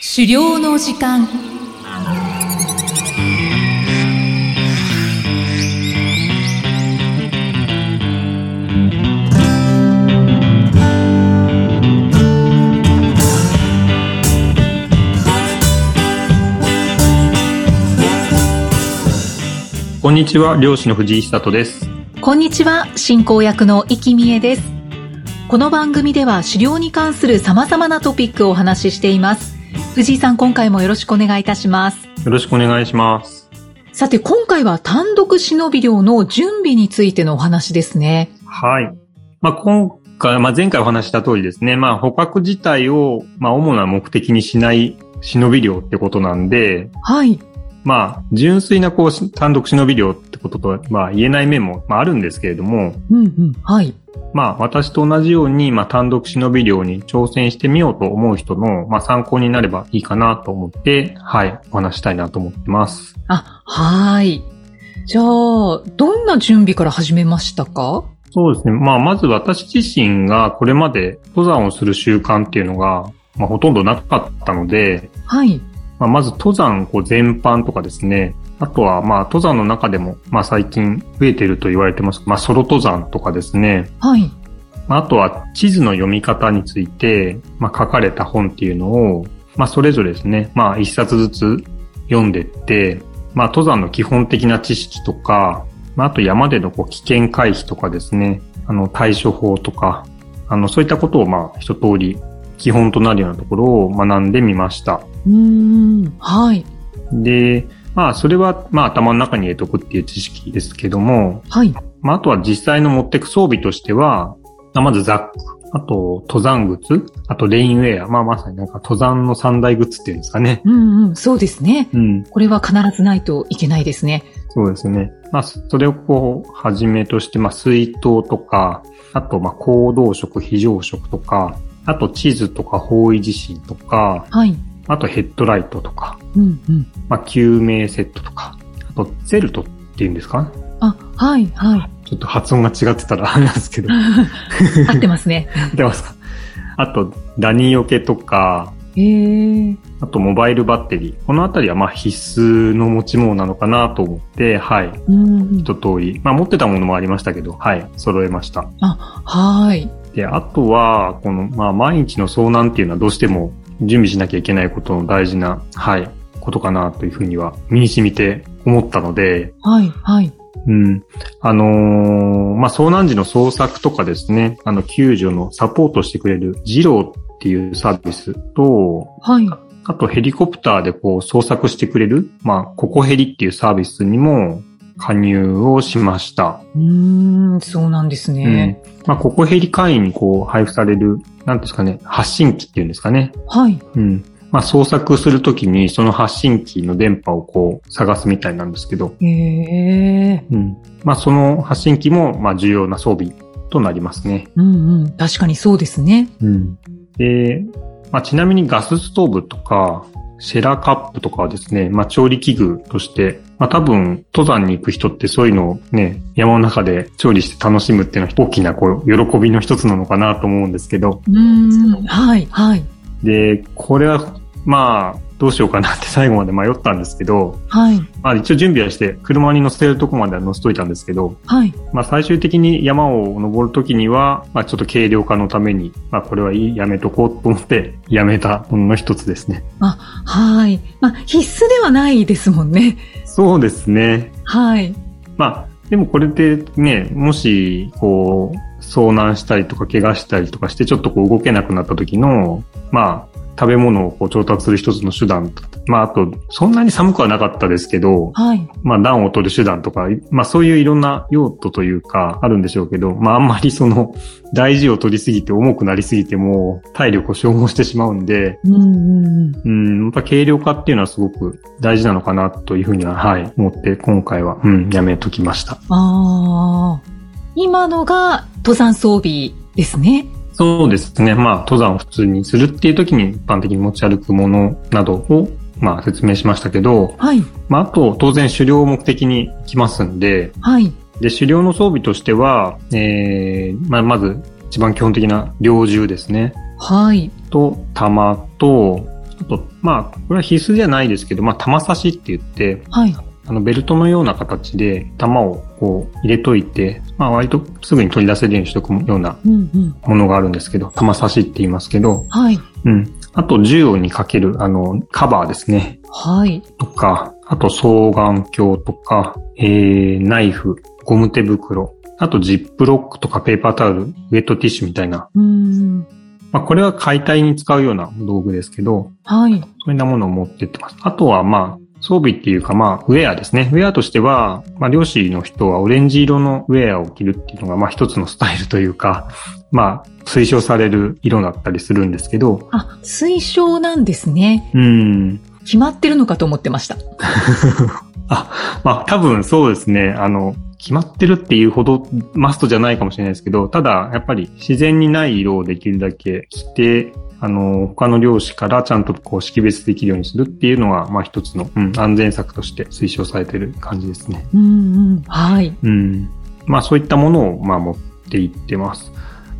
狩猟の時間こんにちは、漁師の藤井久人です。こんにちは進行役の生きみえですこの番組では狩猟に関する様々なトピックをお話ししています藤井さん今回もよろしくお願いいたしますよろしくお願いします。さて今回は単独忍び漁の準備についてのお話ですねはい。まあ、今回、まあ、前回お話しした通りですね、まあ、捕獲自体を、まあ、主な目的にしない忍び漁ってことなんで、はいまあ、純粋なこうし、単独忍び漁ってこととは、まあ、言えない面も、まあ、あるんですけれども、うんうんはいまあ、私と同じように、まあ、単独忍び漁に挑戦してみようと思う人の、まあ、参考になればいいかなと思って、はい、お話したいなと思ってます。あはいじゃあどんな準備から始めましたかそうですね。まあ、まず私自身がこれまで登山をする習慣っていうのが、まあ、ほとんどなかったので、はいまあ、まず登山こう全般とかですね。あとは、まあ、登山の中でも、まあ、最近増えてると言われてます。まあ、ソロ登山とかですね。はいまあ、あとは、地図の読み方について、まあ、書かれた本っていうのを、まあ、それぞれですね。まあ、一冊ずつ読んでって、まあ、登山の基本的な知識とか、まあ、あと山でのこう危険回避とかですね。あの、対処法とか、あの、そういったことを、まあ、一通り基本となるようなところを学んでみました。うーんはいで、まあ、それは、まあ、頭の中に入れとくっていう知識ですけども、はいまあ、あとは実際の持ってく装備としては、まあまずザック、あと、登山靴、あとレインウェア、まあ、まさになんか登山の三大靴っていうんですかね。うんうんそうですねうん、これは必ずないといけないですね。そうですね。まあ、そそれをこう、はじめとして、まあ、水筒とか、あと、まあ、行動食、非常食とか、あと、地図とか方位地震とか、はい。あとヘッドライトとか、うんうん。まあ、救命セットとか、あと、ゼルトっていうんですかあ、はい、 はい。ちょっと発音が違ってたらあれなんですけど、合ってますね。出ますかあと、ダニよけとか、へえ。あとモバイルバッテリー。このあたりはまあ必須の持ち物なのかなと思って、はい。うんうん。一通り。まあ持ってたものもありましたけど、はい。揃えました。あ、はい。で、あとは、この、まあ毎日の遭難っていうのはどうしても準備しなきゃいけないことの大事な、はい、ことかなというふうには身に染みて思ったので、はい、はい。うん。あのーまあ、遭難時の捜索とかですね、あの、救助のサポートしてくれるジローっていうサービスと、はい。あとヘリコプターでこう捜索してくれる、まあ、ココヘリっていうサービスにも加入をしました。うーん、そうなんですね。うん。まあ、ココヘリ会員にこう配布される、なんていうんですかね、発信機っていうんですかね。はい。うん。まあ、捜索するときにその発信機の電波をこう探すみたいなんですけど、へえ。うん。まあ、その発信機も、まあ、重要な装備となりますね。うんうん。確かにそうですね。うん。で、まあ、ちなみにガスストーブとか、シェラカップとかはですね、まあ、調理器具として、まあ、多分、登山に行く人ってそういうのをね、山の中で調理して楽しむっていうのは大きな、こう、喜びの一つなのかなと思うんですけど、うーん。はい、はい。で、これは、まあ、どうしようかなって最後まで迷ったんですけど、はい、まあ一応準備はして、車に乗せるとこまでは乗せといたんですけど、はい。まあ、最終的に山を登るときには、まあ、ちょっと軽量化のために、まあ、これはいいやめとこうと思って、やめたものの一つですね。はい。まあ、必須ではないですもんね。そうですね。はい。まあ、でもこれでね、もし、こう、遭難したりとか、怪我したりとかして、ちょっとこう動けなくなった時の、まあ、食べ物をこう調達する一つの手段と、まあ、あと、そんなに寒くはなかったですけど、はい。まあ、暖を取る手段とか、まあ、そういういろんな用途というか、あるんでしょうけど、まあ、あんまりその、大事を取りすぎて重くなりすぎても、体力を消耗してしまうんで、うんうんうん。うん、やっぱ軽量化っていうのはすごく大事なのかなというふうには、はい、思って、今回は、うん、やめときました。ああ。今のが登山装備ですね。そうですね。まあ、登山を普通にするっていう時に一般的に持ち歩くものなどを、まあ、説明しましたけど、はい、まあ、あと、当然狩猟を目的に行きますんで、はい、で、狩猟の装備としては、えーまあ、まず一番基本的な猟銃ですね。はい。と、弾と、あと、まあ、これは必須じゃないですけど、まあ、玉差しって言って、はい。あの、ベルトのような形で、玉をこう、入れといて、まあ、割とすぐに取り出せるようにしとくようなうんうん。ものがあるんですけど、玉差しって言いますけど、はい。うん。あと、銃をにかける、あの、カバーですね。はい。とか、あと、双眼鏡とか、えー、ナイフ、ゴム手袋、あと、ジップロックとかペーパータオル、ウェットティッシュみたいな、うん。まあ、これは解体に使うような道具ですけど、はい。そういうようなものを持ってってます。あとは、まあ、装備っていうか、まあ、ウェアですね。ウェアとしては、まあ、漁師の人はオレンジ色のウェアを着るっていうのが、まあ、一つのスタイルというか、まあ、推奨される色だったりするんですけど、あ、推奨なんですね。うん、決まってるのかと思ってました。あ、まあ多分そうですね。あの、決まってるっていうほどマストじゃないかもしれないですけど、ただやっぱり自然にない色をできるだけ着て、あの、他の漁師からちゃんとこう識別できるようにするっていうのは、まあ一つの、うん、安全策として推奨されてる感じですね。うんうん。はい。うん。まあそういったものを、まあ持っていってます。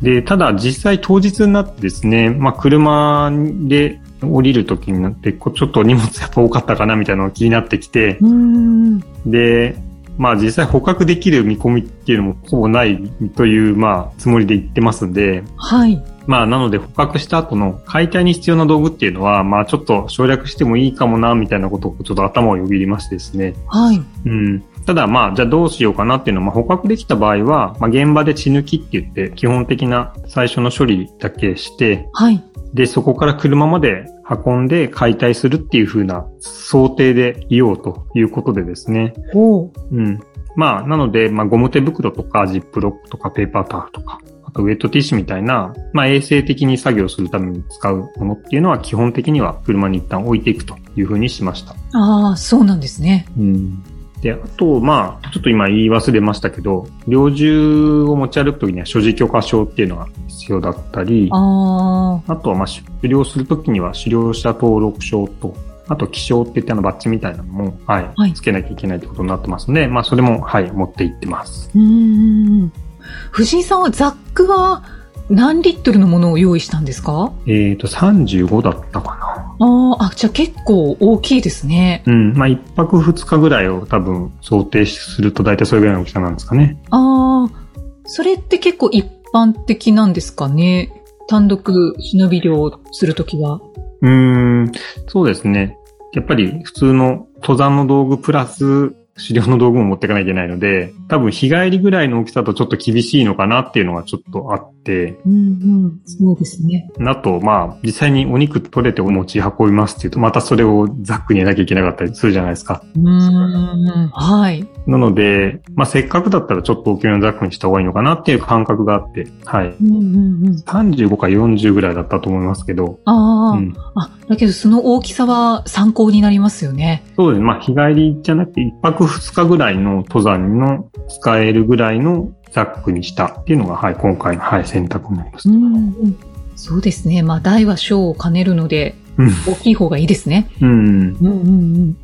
で、ただ実際当日になってですね、まあ車で降りる時になって、こうちょっと荷物やっぱ多かったかなみたいなのが気になってきて、うん。で、まあ実際捕獲できる見込みっていうのもほぼないという、まあ、つもりで言ってますんで、はい。まあなので捕獲した後の解体に必要な道具っていうのは、まあちょっと省略してもいいかもな、みたいなことをちょっと頭をよぎりましてですね。はい。うん。ただまあ、じゃあどうしようかなっていうのは、まあ捕獲できた場合は、まあ現場で血抜きって言って、基本的な最初の処理だけして、はい。で、そこから車まで運んで解体するっていう風な想定でいようということでですね。おう。うん。まあ、なので、まあ、ゴム手袋とか、ジップロックとか、ペーパータオルとか、あとウェットティッシュみたいな、まあ、衛生的に作業するために使うものっていうのは、基本的には車に一旦置いていくというふうにしました。ああ、そうなんですね。うん。で、あと、まあ、ちょっと今言い忘れましたけど、猟銃を持ち歩くときには所持許可証っていうのが必要だったり、ああとは、まあ、狩猟するときには、狩猟者登録証と、あと、気象って言ってあのバッジみたいなのも、はい、はいつけなきゃいけないってことになってますので、まあ、それも、はい、持って行ってます。あ。うん。藤井さんはザックは何リットルのものを用意したんですかえっ、と、35だったかな。あーあ、じゃあ結構大きいですね。うん、まあ、一泊二日ぐらいを多分想定すると、大体それぐらいの大きさなんですかね。ああ、それって結構一般的なんですかね。単独忍び漁するときは。うーん、そうですね。やっぱり普通の登山の道具プラス、狩猟の道具も持っていかなきゃいけないので、多分日帰りぐらいの大きさだとちょっと厳しいのかなっていうのがちょっとあって、うんうん、そうですね。だと、まあ、実際にお肉取れてお持ち運びますっていうと、またそれをザックに入れなきゃいけなかったりするじゃないですか。うーん、はい。なので、まあ、せっかくだったらちょっと大きめのザックにした方がいいのかなっていう感覚があって、はい。うんうんうん。 35か40ぐらいだったと思いますけど、ああ、うん、あ、だけどその大きさは参考になりますよね。そうですね。まあ、日帰りじゃなくて、一泊二日ぐらいの登山の使えるぐらいのザックにしたっていうのが、はい、今回の、はい、選択になります。うん。そうですね。まあ、大は小を兼ねるのでうん、大きい方がいいですね。うん。うんうんうん。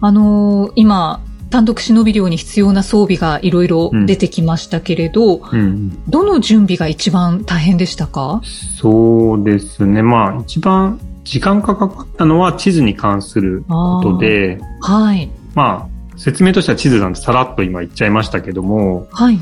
あのー今、単独忍び漁に必要な装備がいろいろ出てきましたけれど、うん。どの準備が一番大変でしたかそうですね。まあ、一番時間がかかったのは地図に関することで、はい。まあ、説明としては地図なんてさらっと今言っちゃいましたけども、はい。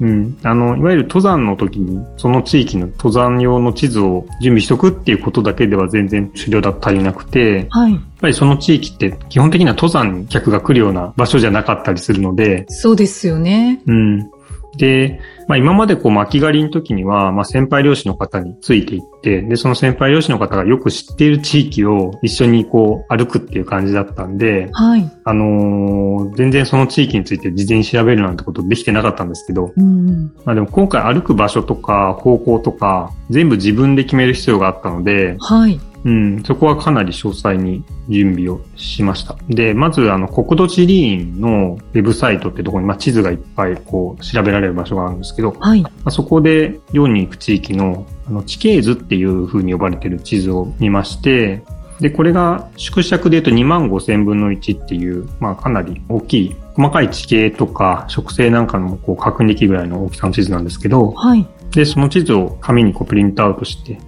うん。あの、いわゆる登山の時に、その地域の登山用の地図を準備しとくっていうことだけでは全然狩猟だったりなくて、はい。やっぱりその地域って基本的には登山に客が来るような場所じゃなかったりするので、そうですよね。うん。で、まあ今までこう巻き狩りの時には、まあ先輩漁師の方についていって、で、その先輩漁師の方がよく知っている地域を一緒にこう歩くっていう感じだったんで、はい。あのー全然その地域について事前に調べるなんてことできてなかったんですけど、うんうん。まあでも今回歩く場所とか方向とか全部自分で決める必要があったので、はい。うん、そこはかなり詳細に準備をしました。で、まず、あの、国土地理院のウェブサイトってとこに、まあ、地図がいっぱい、こう、調べられる場所があるんですけど、まはい。あ、そこで、漁に行く地域の、あの、地形図っていう風に呼ばれてる地図を見まして、で、これが縮尺で言うと2万5千分の1っていう、まあ、かなり大きい、細かい地形とか、植生なんかの、こう、確認できるぐらいの大きさの地図なんですけど、はい。で、その地図を紙にこうプリントアウトして、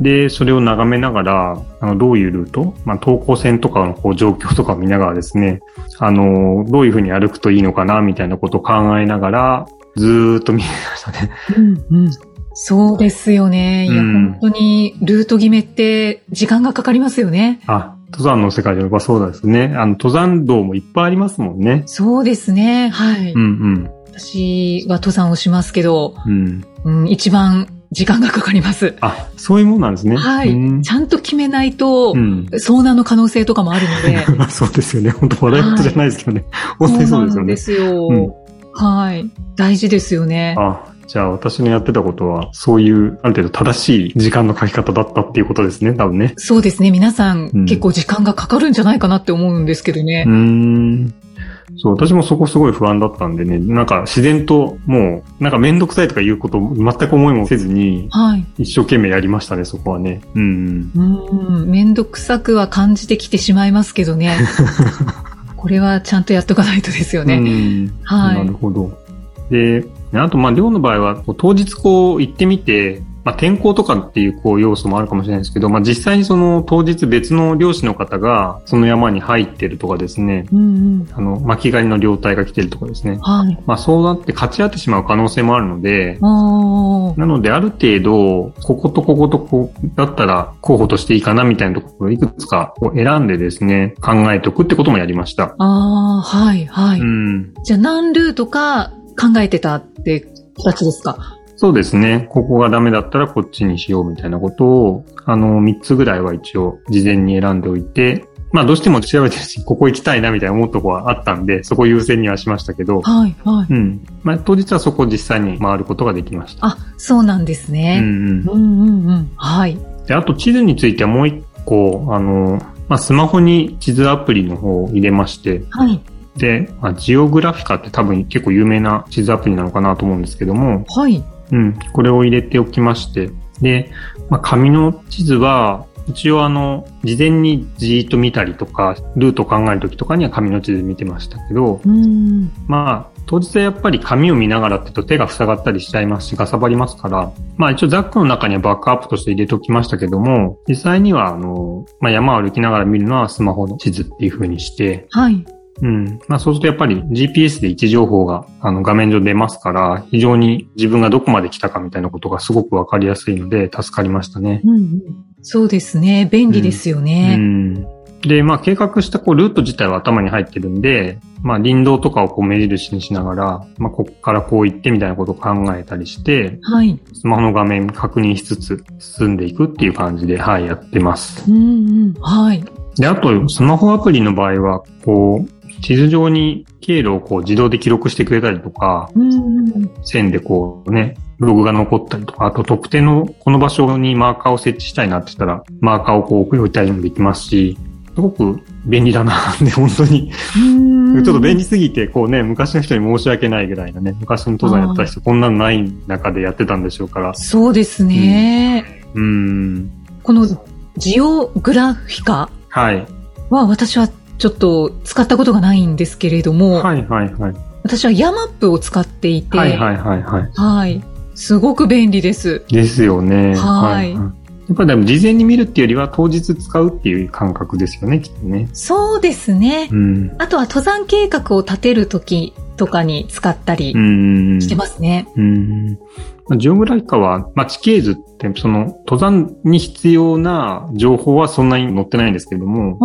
で、それを眺めながら、あの、どういうルート、まあ、投稿線とかのこう状況とかを見ながらですね、あの、どういうふうに歩くといいのかな、みたいなことを考えながら、ずーっと見てましたね。うんうん、そうですよね。いや、うん本当に、ルート決めって時間がかかりますよね。あ、登山の世界ではそうですね。あの、登山道もいっぱいありますもんね。そうですね。はい。うん私は登山をしますけど、うん。うん。うん、一番時間がかかります。あ、そういうもんなんですね。はい。うんち。ゃんと決めないと、うん、遭難の可能性とかもあるの で。まあそうですよね。本当笑い事じゃないですけどね。本当にそうですそうなよね。うんんですよ。はい。大事ですよね。あ、じゃあ私のやってたことは、そういう、ある程度正しい時間の書き方だったっていうことですね、多分ね。そうですね。皆さん、うん結構時間がかかるんじゃないかなって思うんですけどねうー。ん。そう、私もそこすごい不安だったんでね、なんか自然ともう、なんかめんどくさいとかいうこと全く思いもせずに、はい。一生懸命やりましたね、そこはね。うん。うん。めんどくさくは感じてきてしまいますけど ね。これはちゃんとやっとかないとですようね。ん。はいなるほど。で、あと、まあ、寮の場合は、こう当日こう行ってみて、まあ、天候とかっていうこう要素もあるかもしれないですけど、まあ、実際にその当日別の漁師の方がその山に入ってるとかですね、うんうん。あの、巻き狩りの領体が来てるとかですね。はい。まあ、そうなって勝ち合ってしまう可能性もあるので、あなので、ある程度、こことこことこうだったら候補としていいかなみたいなところをいくつかこう選んでですね、考えておくってこともやりました。あ。ああ、はい、はい。うん。じゃあ何ルートか考えてたって形ですかそうですね。ここがダメだったらこっちにしようみたいなことを、あの、3つぐらいは一応事前に選んでおいて、まあどうしても調べてるし、ここ行きたいなみたいな思うとこはあったんで、そこ優先にはしましたけど、はい、はい。うん。まあ当日はそこを実際に回ることができました。あ、そうなんですうんうね。んう。ん、うん、うん。はい。で、あと地図についてはもう一個、あの、まあ、スマホに地図アプリの方を入れまして、はい。で、まあ、ジオグラフィカって多分結構有名な地図アプリなのかなと思うんですけども、はい。うん、これを入れておきまして、で、まあ、紙の地図は、一応あの、事前にじーっと見たりとか、ルートを考えるときとかには紙の地図見てましたけど、うん。まあ、当日はやっぱり紙を見ながらって言うと手が塞がったりしちゃいますし、かさばりますから、まあ一応ザックの中にはバックアップとして入れておきましたけども、実際にはあの、まあ山を歩きながら見るのはスマホの地図っていう風にして、はい。うん。まあそうするとやっぱり GPS で位置情報があの画面上出ますから、非常に自分がどこまで来たかみたいなことがすごくわかりやすいので助かりましたね。うん、うん。そうですね。便利ですようね。ん。で、まあ計画したこうルート自体は頭に入ってるんで、まあ林道とかをこう目印にしながら、まあここからこう行ってみたいなことを考えたりして、はい。スマホの画面確認しつつ進んでいくっていう感じで、はい、やってます。うん、うん。はい。で、あとスマホアプリの場合は、こう、地図上に経路をこう自動で記録してくれたりとか、うん、うん。線でこうね、ログが残ったりとか、あと特定のこの場所にマーカーを設置したいなって言ったら、マーカーをこう置いたりもできますし、すごく便利だな、 ね、本当に。うんちょっと便利すぎて、こうね、昔の人に申し訳ないぐらいのね、昔の登山やった人、こんなのない中でやってたんでしょうから。そうですね。うん。このジオグラフィカはい。は私はちょっと使ったことがないんですけれども、はいはいはい。私はヤマップを使っていて、はいはいはいはい。はいすごく便利です。ですよね。はいやっぱりでも事前に見るっていうよりは当日使うっていう感覚ですよね、きっとね。そうですね。うん。あとは登山計画を立てるときとかに使ったりうん。してますね。うん。まあジオグラフィカは、まあ、地形図って、その、登山に必要な情報はそんなに載ってないんですけども、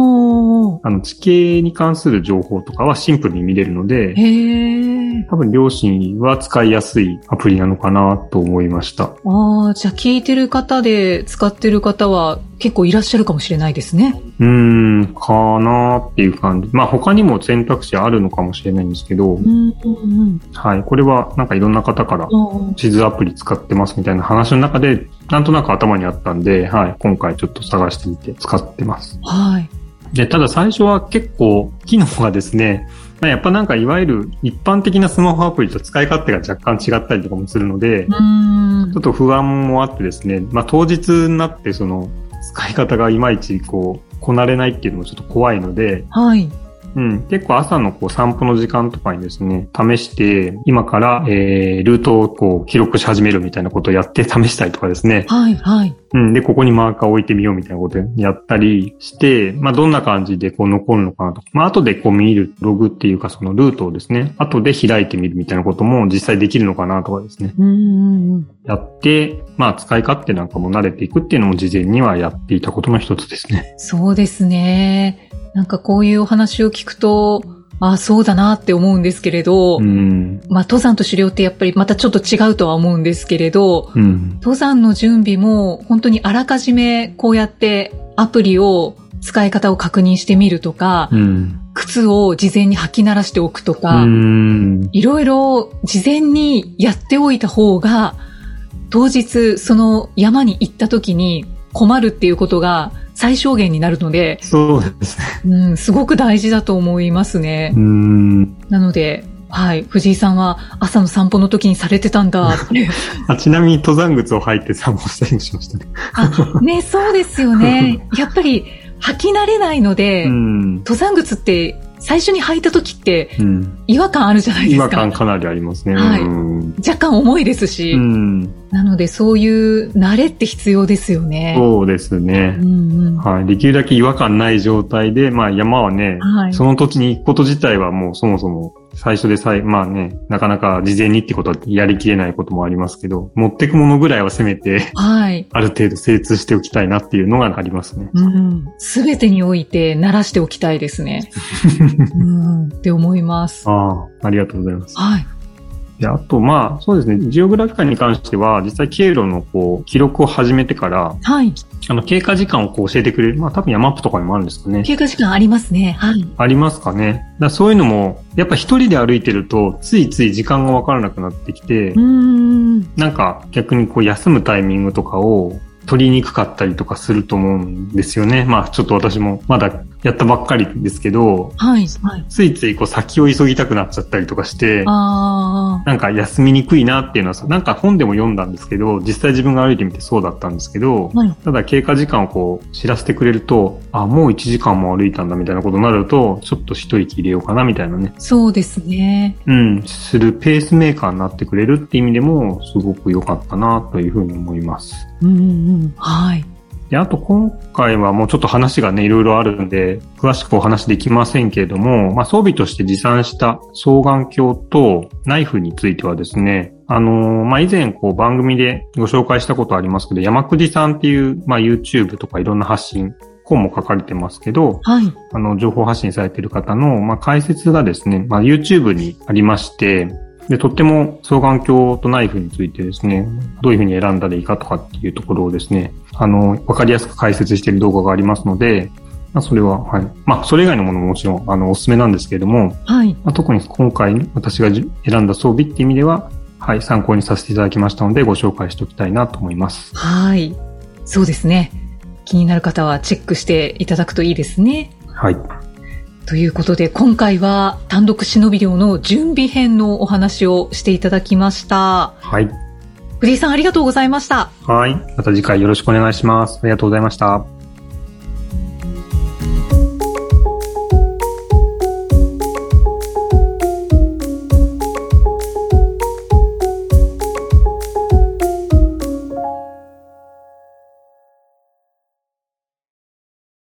おーあの、地形に関する情報とかはシンプルに見れるので、へえ。多分両親は使いやすいアプリなのかなと思いました。ああ、じゃあ聞いてる方で使ってる方は結構いらっしゃるかもしれないですね。うーん、かなっていう感じ。まあ他にも選択肢あるのかもしれないんですけど、うん、うん、はい。これはなんかいろんな方からうん。地図アプリ使ってますみたいな話の中で、なんとなく頭にあったんで、はい。今回ちょっと探してみて使ってます。はい。で、ただ最初は結構機能がですね、まあやっぱなんかいわゆる一般的なスマホアプリと使い勝手が若干違ったりとかもするのでう、んちょっと不安もあってですね、まあ当日になってその使い方がいまいちこう、こなれないっていうのもちょっと怖いので、はい。うん、結構朝のこう散歩の時間とかにですね、試して、今から、えー、ルートをこう記録し始めるみたいなことをやって試したりとかですね、はい、はい。うん、で、ここにマーカーを置いてみようみたいなことやったりして、まあ、どんな感じでこう残るのかなと。まあ、後でこう見るログっていうかそのルートをですね、後で開いてみるみたいなことも実際できるのかなとかですね。うんうんうん。やって、まあ、使い勝手なんかも慣れていくっていうのも事前にはやっていたことの一つですね。そうですね。なんかこういうお話を聞くと、あそうだなって思うんですけれど、うん。まあ登山と狩猟ってやっぱりまたちょっと違うとは思うんですけれど、うん。登山の準備も本当にあらかじめこうやってアプリを使い方を確認してみるとか、うん。靴を事前に履き慣らしておくとうか、ん。いろいろ事前にやっておいた方が、当日その山に行った時に困るっていうことが最小限になるので、そうですね。うん、すごく大事だと思いますねう。ん。なので、はい、藤井さんは朝の散歩の時にされてたんだって。あちなみに登山靴を履いて散歩したりもしましたね。あ、ね、そうですよね。やっぱり履き慣れないので、うん。登山靴って最初に履いた時ってうん。違和感あるじゃないで違す和か。感かなりありますね。はいうん。若干重いですし、うんなのでそういう慣れって必要ですよね。そうですねう。んうん。ははい。できるだけ違和感ない状態で、まあ山はね、い。その土地に行くこと自体はもうそもそも最初でさえ、まあね、なかなか事前にってことはやりきれないこともありますけど、持ってくものぐらいはせめて はい。ある程度精通しておきたいなっていうのがありますね。すべてにおいて慣らしておきたいですね。うん、って思います。ああ、ありがとうございます。はい。で、あと、まあ、そうですね。ジオグラフィカに関しては、実際経路のこう、記録を始めてから、はい。あの、経過時間をこう教えてくれる。まあ、多分山アップとかにもあるんですかね。経過時間ありますね。はい。ありますかね。だからそういうのも、やっぱ一人で歩いてると、ついつい時間がわからなくなってきて、うん。なんか逆にこう休むタイミングとかを取りにくかったりとかすると思うんですよね。まあちょっと私もまだやったばっかりですけど、はい。はい。ついついこう先を急ぎたくなっちゃったりとかして、あなんか休みにくいなっていうのは、なんか本でも読んだんですけど、実際自分が歩いてみてそうだったんですけどあ。、はい。ただ経過時間をこう知らせてくれると、あ、もう1時間も歩いたんだみたいなことになると、ちょっと一息入れようかなみたいなね、そうですね。うん、するペースメーカーになってくれるって意味でも、すごく良かったなというふうに思います。うんうんうん。はい。で、あと今回はもうちょっと話がね、いろいろあるんで、詳しくお話できませんけれども、まあ装備として持参した双眼鏡とナイフについてはですね、あのーまあ以前こう番組でご紹介したことありますけど、山くじさんっていう、まあ YouTube とかいろんな発信、本も書かれてますけど、はい。あの、情報発信されている方の、まあ、解説がですね、まあ、YouTube にありまして、で、とっても双眼鏡とナイフについてですね、どういうふうに選んだらいいかとかっていうところをですね、あの、わかりやすく解説している動画がありますので、まあ、それは、はい。まあ、それ以外のものももちろん、あの、おすすめなんですけれども、はい。まあ、特に今回私がじ選んだ装備って意味では、はい、参考にさせていただきましたので、ご紹介しておきたいなと思います。はい。そうですね。気になる方はチェックしていただくといいですね。はい。ということで、今回は単独忍び漁の準備編のお話をしていただきました。はい。藤井さんありがとうございました。はい。また次回よろしくお願いします。ありがとうございました。